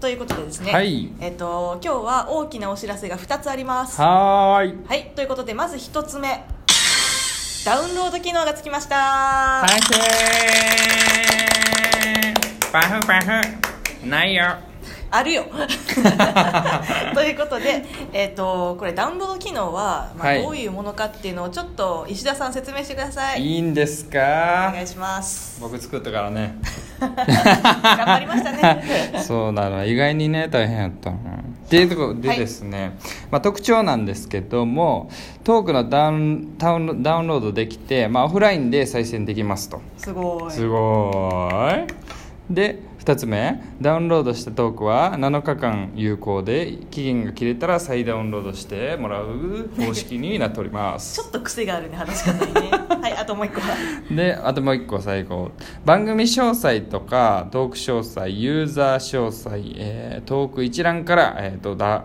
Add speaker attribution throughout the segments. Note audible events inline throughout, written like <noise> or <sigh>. Speaker 1: ということでですね、
Speaker 2: はい
Speaker 1: えっと今日は大きなお知らせが2つありますは
Speaker 2: はーい。
Speaker 1: いということでまず1つ目ダウンロード機能がつきましたは
Speaker 2: 完成パフパフないよ。
Speaker 1: あ
Speaker 2: <laughs>
Speaker 1: るよ <laughs> ということで、えっとこれダウンロード機能は、ま
Speaker 2: は
Speaker 1: あ、
Speaker 2: い
Speaker 1: どういうものかっていうのをちょっと石田さん説明してください、
Speaker 2: いいんです
Speaker 1: お
Speaker 2: か
Speaker 1: 願いし
Speaker 2: <laughs>
Speaker 1: ます
Speaker 2: 僕作ったからね。
Speaker 1: 頑張りましたね
Speaker 2: <laughs> そうなの意外にね大変やったのでとこ
Speaker 1: は
Speaker 2: で
Speaker 1: い
Speaker 2: ですね、まあ、特徴なんですけどもトークのダウンダウンダウンロードできて、まあ、オフラインで再生できますと
Speaker 1: すごい
Speaker 2: すごーいで2つ目ダウンロードしたトークは7日間有効で期限が切れたら再ダウンロードしてもらう方式になっておりま
Speaker 1: ち
Speaker 2: す
Speaker 1: ょっと癖があるね話し方にねはいあともう一
Speaker 2: <laughs>
Speaker 1: 個は
Speaker 2: であともう一個最後番組詳細とかトーク詳細ユーザー詳細、えートーク一覧から、えー、とダ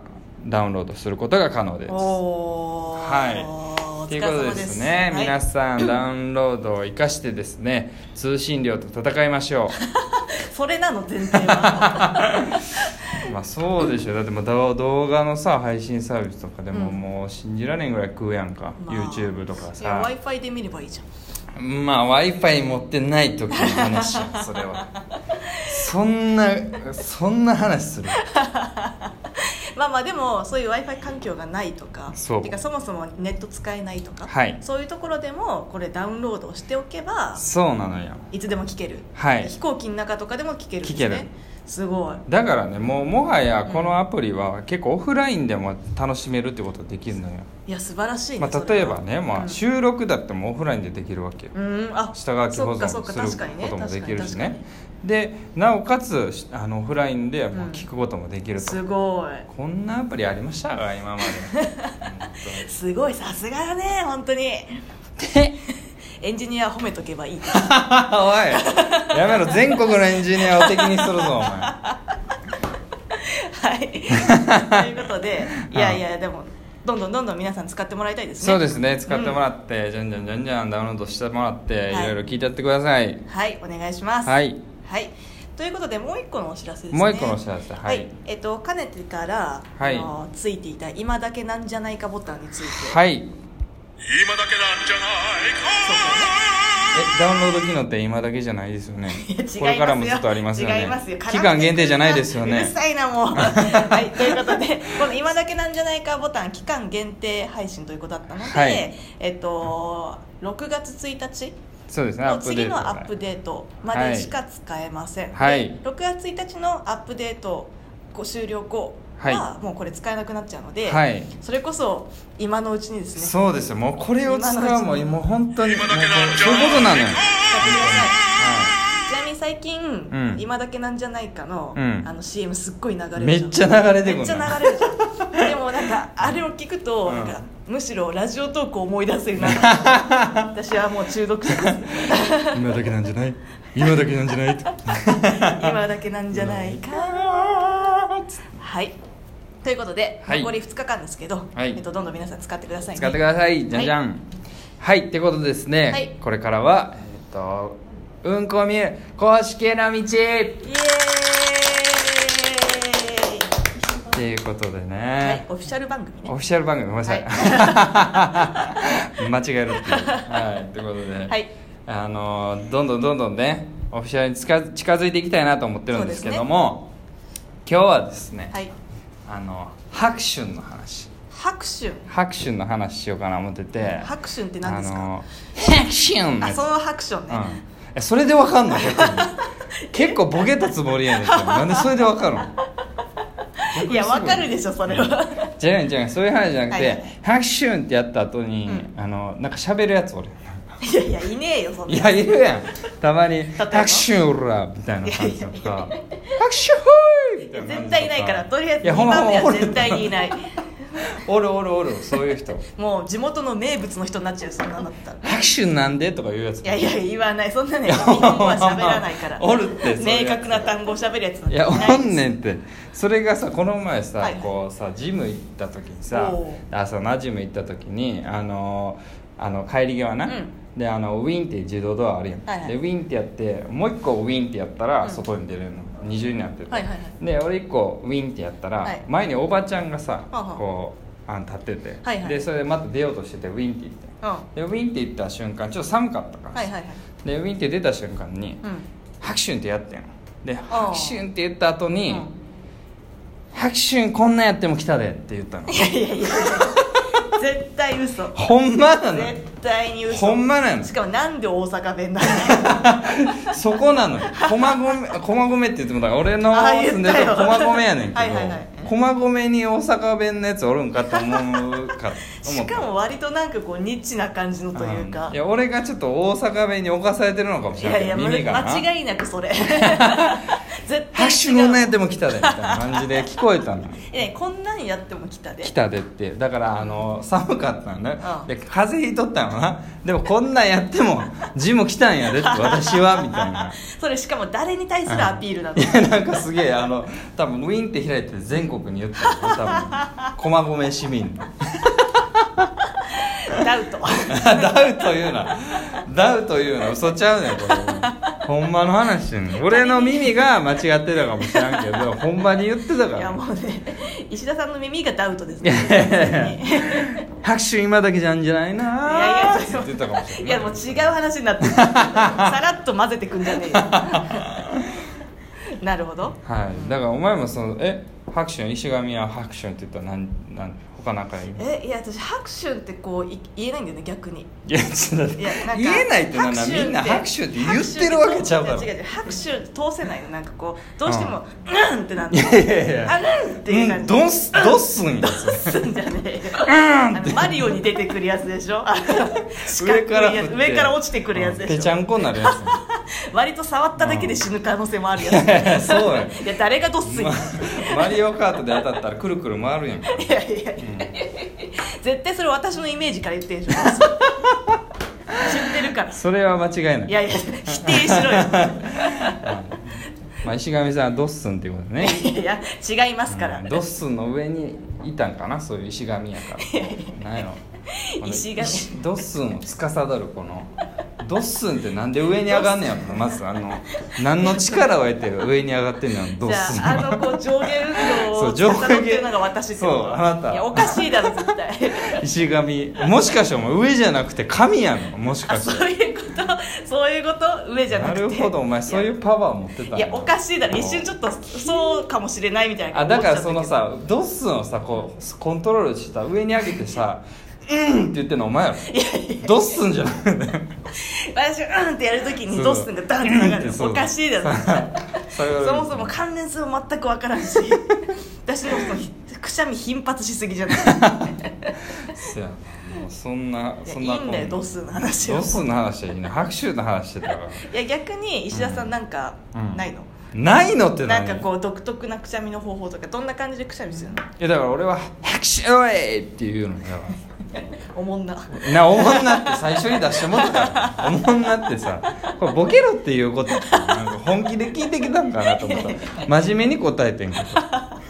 Speaker 2: ダウンロードすることが可能です
Speaker 1: おお
Speaker 2: はい、
Speaker 1: お
Speaker 2: とい
Speaker 1: 疲
Speaker 2: う
Speaker 1: れ
Speaker 2: こと
Speaker 1: 様です
Speaker 2: でですね、
Speaker 1: はい
Speaker 2: 皆さんダウンロードを生かしてですね通信量と戦いましょ
Speaker 1: それなの前
Speaker 2: <laughs>
Speaker 1: 提は
Speaker 2: う <laughs> まあそうでしょだってもう動動画のさ配信サービスとかでも、
Speaker 1: うん
Speaker 2: もう信じられんぐらい食うやんか、YouTube とか
Speaker 1: いや
Speaker 2: さ
Speaker 1: w i f i で見ればいいじゃん
Speaker 2: まあ w i f i 持ってない時の話や
Speaker 1: <laughs>
Speaker 2: それはそんなそんな話する
Speaker 1: まあまあでもそういう w i f i 環境がないとか
Speaker 2: そう
Speaker 1: てかそもそもネット使えないとか、
Speaker 2: はい
Speaker 1: そういうところでもこれダウンロードをしておけば
Speaker 2: そうなのよ
Speaker 1: いつでも聞ける、
Speaker 2: はい
Speaker 1: 飛行機の中とかでも聞けるんです、ね、
Speaker 2: 聞ける
Speaker 1: すごい
Speaker 2: だからねもうもはやこのアプリは結構オフラインでも楽しめるってことができるのよ、
Speaker 1: いや素晴らしいね、
Speaker 2: まあ、
Speaker 1: それ
Speaker 2: 例え
Speaker 1: は
Speaker 2: ばね、ま
Speaker 1: う
Speaker 2: あ、
Speaker 1: ん
Speaker 2: 収録だってもオフラインでできるわけよ、
Speaker 1: うんあ
Speaker 2: 下書き保存
Speaker 1: そっかそっか確
Speaker 2: す
Speaker 1: か
Speaker 2: る
Speaker 1: にね
Speaker 2: こともできる
Speaker 1: 確か
Speaker 2: しね
Speaker 1: に
Speaker 2: でなおかつしあのオフラインでもううん聞くこともできる
Speaker 1: 確
Speaker 2: と、
Speaker 1: かにすご
Speaker 2: こんなアプリありま
Speaker 1: <laughs>
Speaker 2: したか今まで本
Speaker 1: いすごいさすがだね本当
Speaker 2: <laughs>
Speaker 1: に
Speaker 2: 当に
Speaker 1: エンジニア褒めとけばいい
Speaker 2: おいやめろ全国のエンジニアを敵にするぞお
Speaker 1: <laughs>
Speaker 2: 前
Speaker 1: はい
Speaker 2: <laughs>
Speaker 1: ということでいやいやでもどんどんどんどん皆さん使ってもらいたいですね
Speaker 2: そうですね使ってもらって、じゃんじゃんじゃんじゃんダウンロードしてもらって、
Speaker 1: はい
Speaker 2: い、ろいろ聞いてやってください
Speaker 1: はいお願いします
Speaker 2: はい、
Speaker 1: はいということでもう一個のお知らせですね
Speaker 2: もう一個のお知らせは、
Speaker 1: はいい、えっとかねてから、
Speaker 2: はい
Speaker 1: あのついていた「今だけなんじゃないか」ボタンについて、
Speaker 2: はい
Speaker 3: 今だけなんじゃないか
Speaker 2: えダウンロード機能って今だけじゃないですよね
Speaker 1: いや違いますよ
Speaker 2: これからもちょっとありますよね
Speaker 1: 違いますよ
Speaker 2: 期間限定じゃないですよ
Speaker 1: うる
Speaker 2: ね
Speaker 1: さいなもう
Speaker 2: <laughs>
Speaker 1: はいということでこの「今だけなんじゃないか」ボタン期間限定配信ということだったので、
Speaker 2: はい
Speaker 1: えっと6月1日
Speaker 2: そうですねア
Speaker 1: の
Speaker 2: ップデ
Speaker 1: 次
Speaker 2: ー
Speaker 1: の
Speaker 2: ト
Speaker 1: アップデートまでしか使えません、
Speaker 2: はい
Speaker 1: で6月1日のアップデートご終了後
Speaker 2: は
Speaker 1: はもうこれ使えなくなっちゃうので、
Speaker 2: はい
Speaker 1: それこそ今のうちにですね
Speaker 2: そうですよもうこれを使
Speaker 1: 今
Speaker 2: う
Speaker 1: のう
Speaker 2: も
Speaker 1: ち
Speaker 2: う
Speaker 1: に
Speaker 2: もう本当にもう
Speaker 3: 今
Speaker 2: こ
Speaker 3: だけなん
Speaker 2: う
Speaker 3: じ
Speaker 2: そ
Speaker 3: ゃ
Speaker 2: う
Speaker 3: ない
Speaker 2: いうことなのよ、
Speaker 1: 使ってください
Speaker 2: は
Speaker 1: ちなみに最近、
Speaker 2: ん
Speaker 1: 今だけなんじゃないかの,、
Speaker 2: うん
Speaker 1: あの CM すっごい流れる
Speaker 2: い、めっちゃ流れてく
Speaker 1: め
Speaker 2: る
Speaker 1: っち
Speaker 2: の
Speaker 1: ゃ流れるじゃんでもなんかあれを聞くと、
Speaker 2: うん
Speaker 1: なんかむしろラジオトークを思い出すように
Speaker 2: <laughs>
Speaker 1: なった私はもう中毒者です
Speaker 2: 今だけなんじゃない今だけなんじゃないと
Speaker 1: 今だけなんじゃないかはいということで、
Speaker 2: はい
Speaker 1: 残り2日間ですけど、
Speaker 2: はい
Speaker 1: えっと、どんどん皆さん使ってくださいね
Speaker 2: 使ってくださいじゃんじゃんはい、ってことでですね、
Speaker 1: はい
Speaker 2: これからはえっとうんこみゆ公式への道
Speaker 1: イエ
Speaker 2: っていうことでね、
Speaker 1: ーイ、はい、オフィシャル番組ね
Speaker 2: オフィシャル番組ごめんなさい、 <laughs> 間違えるっていうはいということで、
Speaker 1: はい
Speaker 2: あのどんどんどんどんねオフィシャルに近づ近づいていきたいなと思ってるんですけども、今日はですね、
Speaker 1: はい
Speaker 2: あの白春の話
Speaker 1: 拍手
Speaker 2: 白春の話しようかな思ってて
Speaker 1: 拍手って何ですか、
Speaker 2: あの白春の
Speaker 1: あ
Speaker 2: やつ
Speaker 1: そのハクション
Speaker 2: う
Speaker 1: ね、
Speaker 2: んえ、それでわか
Speaker 1: <laughs>
Speaker 2: んの逆に結構ボケたつもりやねんけどなんでそれでわかるの逆にすご
Speaker 1: いやわかるでしょそれは
Speaker 2: 違う違うそういう話じゃなくて、
Speaker 1: はい
Speaker 2: ハクシュンってやった後に、
Speaker 1: う
Speaker 2: あのなんか喋るやつ俺
Speaker 1: いやいやいねえよそんない
Speaker 2: やいるやんたまに「
Speaker 1: ば
Speaker 2: ハクシュンおら」みたいな感じと
Speaker 1: いや
Speaker 2: か「ハクシュンほい!」みたいな感じと
Speaker 1: 絶対いないからとりあえず
Speaker 2: いや
Speaker 1: 2
Speaker 2: ほんま
Speaker 1: 番目
Speaker 2: ほ
Speaker 1: は
Speaker 2: んま
Speaker 1: 絶対にいない
Speaker 2: おるおるおるそういう人
Speaker 1: もう地元の名物の人になっちゃうそんなんだったら
Speaker 2: 「ハクシュンなんで?」とか言うやつ
Speaker 1: いやいや言わないそんなね日本語は喋らないから
Speaker 2: おるってそれ
Speaker 1: 明確な単語を喋るやつなん
Speaker 2: い
Speaker 1: て
Speaker 2: や
Speaker 1: な
Speaker 2: お
Speaker 1: い
Speaker 2: んねんってそれがさこの前さ、
Speaker 1: はい
Speaker 2: こうさジム行った時にさ
Speaker 1: おう
Speaker 2: 朝なジム行った時にあのあの帰り際な、
Speaker 1: うん
Speaker 2: であのウィンっていう自動ドアあるやん、
Speaker 1: はいはい
Speaker 2: でウィンってやってもう一個ウィンってやったら外に出れるの、二重になってて、
Speaker 1: はいはいは
Speaker 2: で俺一個ウィンってやったら、
Speaker 1: はい
Speaker 2: 前におばちゃんがさ
Speaker 1: はあはあ
Speaker 2: こうあん立ってて、
Speaker 1: はいはい
Speaker 2: でそれでまた出ようとしててウィンって言って
Speaker 1: うんは
Speaker 2: でウィンって言った瞬間ちょっと寒かったから
Speaker 1: いはいはい
Speaker 2: でウィンって出た瞬間に、
Speaker 1: うん
Speaker 2: ハクシュンってやってんで
Speaker 1: あ
Speaker 2: ハクシュンって言った後に、
Speaker 1: うん
Speaker 2: ハクシュンこんなんやっても来たでって言ったの
Speaker 1: いやいやい
Speaker 2: <laughs>
Speaker 1: や絶対嘘
Speaker 2: ほんまなの
Speaker 1: 絶対に嘘
Speaker 2: ほんまなの
Speaker 1: しかもなんで大阪弁な
Speaker 2: そこなのよ駒込駒込って言ってもだから俺の
Speaker 1: あー
Speaker 2: 住んでるとこ
Speaker 1: 言っ
Speaker 2: 駒
Speaker 1: たよ
Speaker 2: 込やねんけど
Speaker 1: はいはいはい
Speaker 2: 駒込に大阪弁のやつおるんかと思うか
Speaker 1: の
Speaker 2: 思
Speaker 1: し
Speaker 2: った
Speaker 1: かも割となんかこうニッチな感じのというか
Speaker 2: んいや俺がちょっと大阪弁に侵されてるのかもし
Speaker 1: い
Speaker 2: れな
Speaker 1: や
Speaker 2: い
Speaker 1: いや
Speaker 2: 耳がな
Speaker 1: 間違いなく
Speaker 2: <laughs>
Speaker 1: それ絶
Speaker 2: ハ
Speaker 1: 対
Speaker 2: クシュンのね
Speaker 1: 違
Speaker 2: やっても来たでみたいな感じで聞こえたの
Speaker 1: ういやこんなんやっても来たで
Speaker 2: 来たでってだからあの寒かったんだ、
Speaker 1: うん
Speaker 2: で風邪ひいとったんよなでもこんなんやっ
Speaker 1: <laughs>
Speaker 2: てもジム来たんやでって私はみたいな
Speaker 1: それしかも誰に対するアピール
Speaker 2: <laughs>
Speaker 1: なの
Speaker 2: いやなんかすげえあの多分ウィンって開いて全国に言ってる多分駒込市民 <laughs>
Speaker 1: ダウト
Speaker 2: ダウというなダウというな嘘ちゃうねんこれほんまの話してんねん俺の耳が間違ってたかもしらんけどほんまに言ってたか
Speaker 1: いや
Speaker 2: ら
Speaker 1: もうね石田さんの耳がダウトです
Speaker 2: い
Speaker 1: ね
Speaker 2: やいや拍手今だけじゃんじゃない
Speaker 1: いや
Speaker 2: ないーって言
Speaker 1: やそ
Speaker 2: って
Speaker 1: れ
Speaker 2: たかもしれ
Speaker 1: い
Speaker 2: ない
Speaker 1: やもう違う話にな
Speaker 2: <laughs>
Speaker 1: ってるさらっと混ぜてくんじゃねえ
Speaker 2: <laughs>
Speaker 1: よなるほど
Speaker 2: はい、だからお前もそのえハクション石神はハクションって言ったらなんなん他なんか言う
Speaker 1: えいや私拍手ってこうい言えないんだよね逆に
Speaker 2: いやちょっと
Speaker 1: いやなんか
Speaker 2: 言えないってなんだ
Speaker 1: 拍手
Speaker 2: みんなハクションって言ってるわけちゃうだろ
Speaker 1: 拍手って違う違う拍手って通せないのなんかこうどうしても「うん」ってなん
Speaker 2: い
Speaker 1: だ
Speaker 2: やいやいや
Speaker 1: あうん」っていう
Speaker 2: う
Speaker 1: 感
Speaker 2: ん
Speaker 1: じ
Speaker 2: どんすどっすんや
Speaker 1: どうすんじゃねえよ
Speaker 2: うん
Speaker 1: あのマリオに出てくるやつでしょあの四角
Speaker 2: 上
Speaker 1: い
Speaker 2: から
Speaker 1: や
Speaker 2: 振っ
Speaker 1: つ
Speaker 2: て
Speaker 1: 上から落ちてくるやつ
Speaker 2: うん
Speaker 1: で
Speaker 2: ぺ
Speaker 1: し
Speaker 2: ちゃ
Speaker 1: ょ
Speaker 2: んこになるやつ
Speaker 1: 割と触っただけで死ぬ可能性もあるやつ
Speaker 2: や <laughs> そうや
Speaker 1: いや誰がどっすん
Speaker 2: ま
Speaker 1: や
Speaker 2: マリオカートで当たったらくるくる回るやん
Speaker 1: いやいやいや絶対それ私のイメージから言って
Speaker 2: <laughs>
Speaker 1: るでしょ知ってるから
Speaker 2: それは間違いない
Speaker 1: いやいや否定しろよ
Speaker 2: まあ、石神さんはドッスンっていうことね
Speaker 1: いやいや違いますから、
Speaker 2: うんドッスンの上にいたんかなそういう石神やから何やろこの
Speaker 1: 石神
Speaker 2: 石ドッスンを司るこのドッスンってなんで上に上がんねやろまずあの何の力を得て上に上がってんのやろドッ
Speaker 1: じ
Speaker 2: スン
Speaker 1: ゃああのこう上下運動
Speaker 2: そ
Speaker 1: を
Speaker 2: う上下
Speaker 1: 司っていうのが私ってこと
Speaker 2: そうあなた
Speaker 1: いやおかしいだろ絶対
Speaker 2: 石神もしかしてお前上じゃなくて神やのもし
Speaker 1: あ
Speaker 2: かして
Speaker 1: そういうことそういうこと上じゃな
Speaker 2: な
Speaker 1: くて
Speaker 2: るほどお前そういうパワー持ってたんだ
Speaker 1: いやおかしいだろ一瞬ちょっとそうかもしれないみたいな
Speaker 2: あだからその
Speaker 1: 思っちゃっ
Speaker 2: さドッスンをさこうコントロールした上に上げてさ「うん」って言ってんのお前やろドッスンじゃ
Speaker 1: <laughs>
Speaker 2: なく
Speaker 1: たけど
Speaker 2: て
Speaker 1: 私がうんってやるときに
Speaker 2: そう
Speaker 1: ドッスンがダンって
Speaker 2: うんっ
Speaker 1: 流
Speaker 2: て
Speaker 1: れ
Speaker 2: そ
Speaker 1: る
Speaker 2: う
Speaker 1: おかしいだろ
Speaker 2: それ
Speaker 1: そもそも関連性も全く分からんし私のそのひくしゃみ頻発しすぎじゃない
Speaker 2: そやもうそんない
Speaker 1: や
Speaker 2: <laughs> そ
Speaker 1: い
Speaker 2: ん
Speaker 1: い
Speaker 2: なん
Speaker 1: だよドスの話を
Speaker 2: ドスの話はいいね拍手の話してたから
Speaker 1: いや逆に石田さんなんか
Speaker 2: うん
Speaker 1: ないの、
Speaker 2: ないのって
Speaker 1: なん
Speaker 2: 何
Speaker 1: かこう独特なくしゃみの方法とかどんな感じでくしゃみするの
Speaker 2: いやだから俺は「拍手おい!」っていうのだか
Speaker 1: おもんな
Speaker 2: らなおもんなって最初に出してもらったからおもんなってさこれボケろっていうことなんか本気で聞いてきたんかなと思った真面目に答えてんけ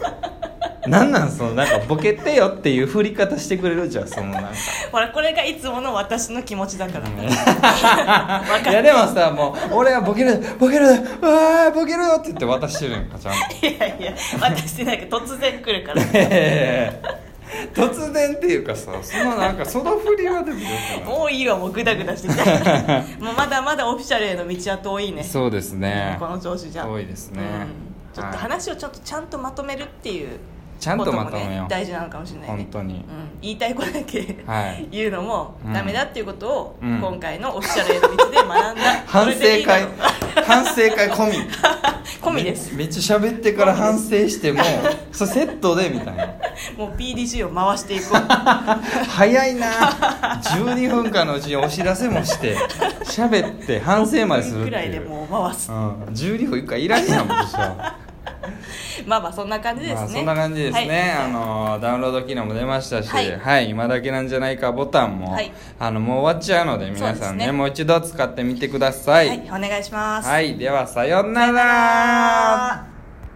Speaker 2: どなんなんそのなんかボケてよっていう振り方してくれるじゃんそのなんか
Speaker 1: ほらこれがいつもの私の気持ちだから、わ
Speaker 2: い
Speaker 1: かる
Speaker 2: やでもさもう俺はボケるボケるうわーボケるよって言って渡してるやんかちゃんと
Speaker 1: いやいや私なんか突然来る
Speaker 2: <laughs>
Speaker 1: から
Speaker 2: ええ突然っていうかさそのなんかその振りはでもよくない
Speaker 1: もういいわもうグダグダしてきたもうまだまだオフィシャルへの道は遠いね
Speaker 2: そうですね
Speaker 1: この調子じゃ
Speaker 2: 多いですね
Speaker 1: うんちょっと話をちょっとちゃんとまとめるっていう
Speaker 2: ちゃんとまと
Speaker 1: こと
Speaker 2: めよう
Speaker 1: もね大事なのかもしれないね
Speaker 2: 本当に
Speaker 1: うん言いたいことだけ
Speaker 2: はい
Speaker 1: 言うのも
Speaker 2: うん
Speaker 1: ダメだっていうことを
Speaker 2: うん
Speaker 1: 今回のオフィシャルへの道で学んだ
Speaker 2: 反省
Speaker 1: それでい
Speaker 2: 会
Speaker 1: いだろう
Speaker 2: 反省会込み
Speaker 1: <laughs> 込みです
Speaker 2: めめっちゃ喋ってから反省し
Speaker 1: <laughs>
Speaker 2: てもそれセットでみたいな
Speaker 1: もう PDG を回していこ
Speaker 2: <laughs>
Speaker 1: う
Speaker 2: 早いな12
Speaker 1: <laughs>
Speaker 2: 分間のうちにお知らせもして喋って反省までするっていう
Speaker 1: くらいでもう回す
Speaker 2: うん、12分いくからいらん
Speaker 1: <laughs>
Speaker 2: やんもうさ
Speaker 1: まあまあそんな感じですね、
Speaker 2: まあ、そんな感じですね、
Speaker 1: はい
Speaker 2: あのダウンロード機能も出ましたし、は
Speaker 1: はいい
Speaker 2: 今だけなんじゃないかボタンも、
Speaker 1: はい
Speaker 2: あのもう終わっちゃうので皆さんね
Speaker 1: そうですね
Speaker 2: もう一度使ってみてください、
Speaker 1: はい、お願いします、
Speaker 2: はい、ではさようなら
Speaker 1: さよなら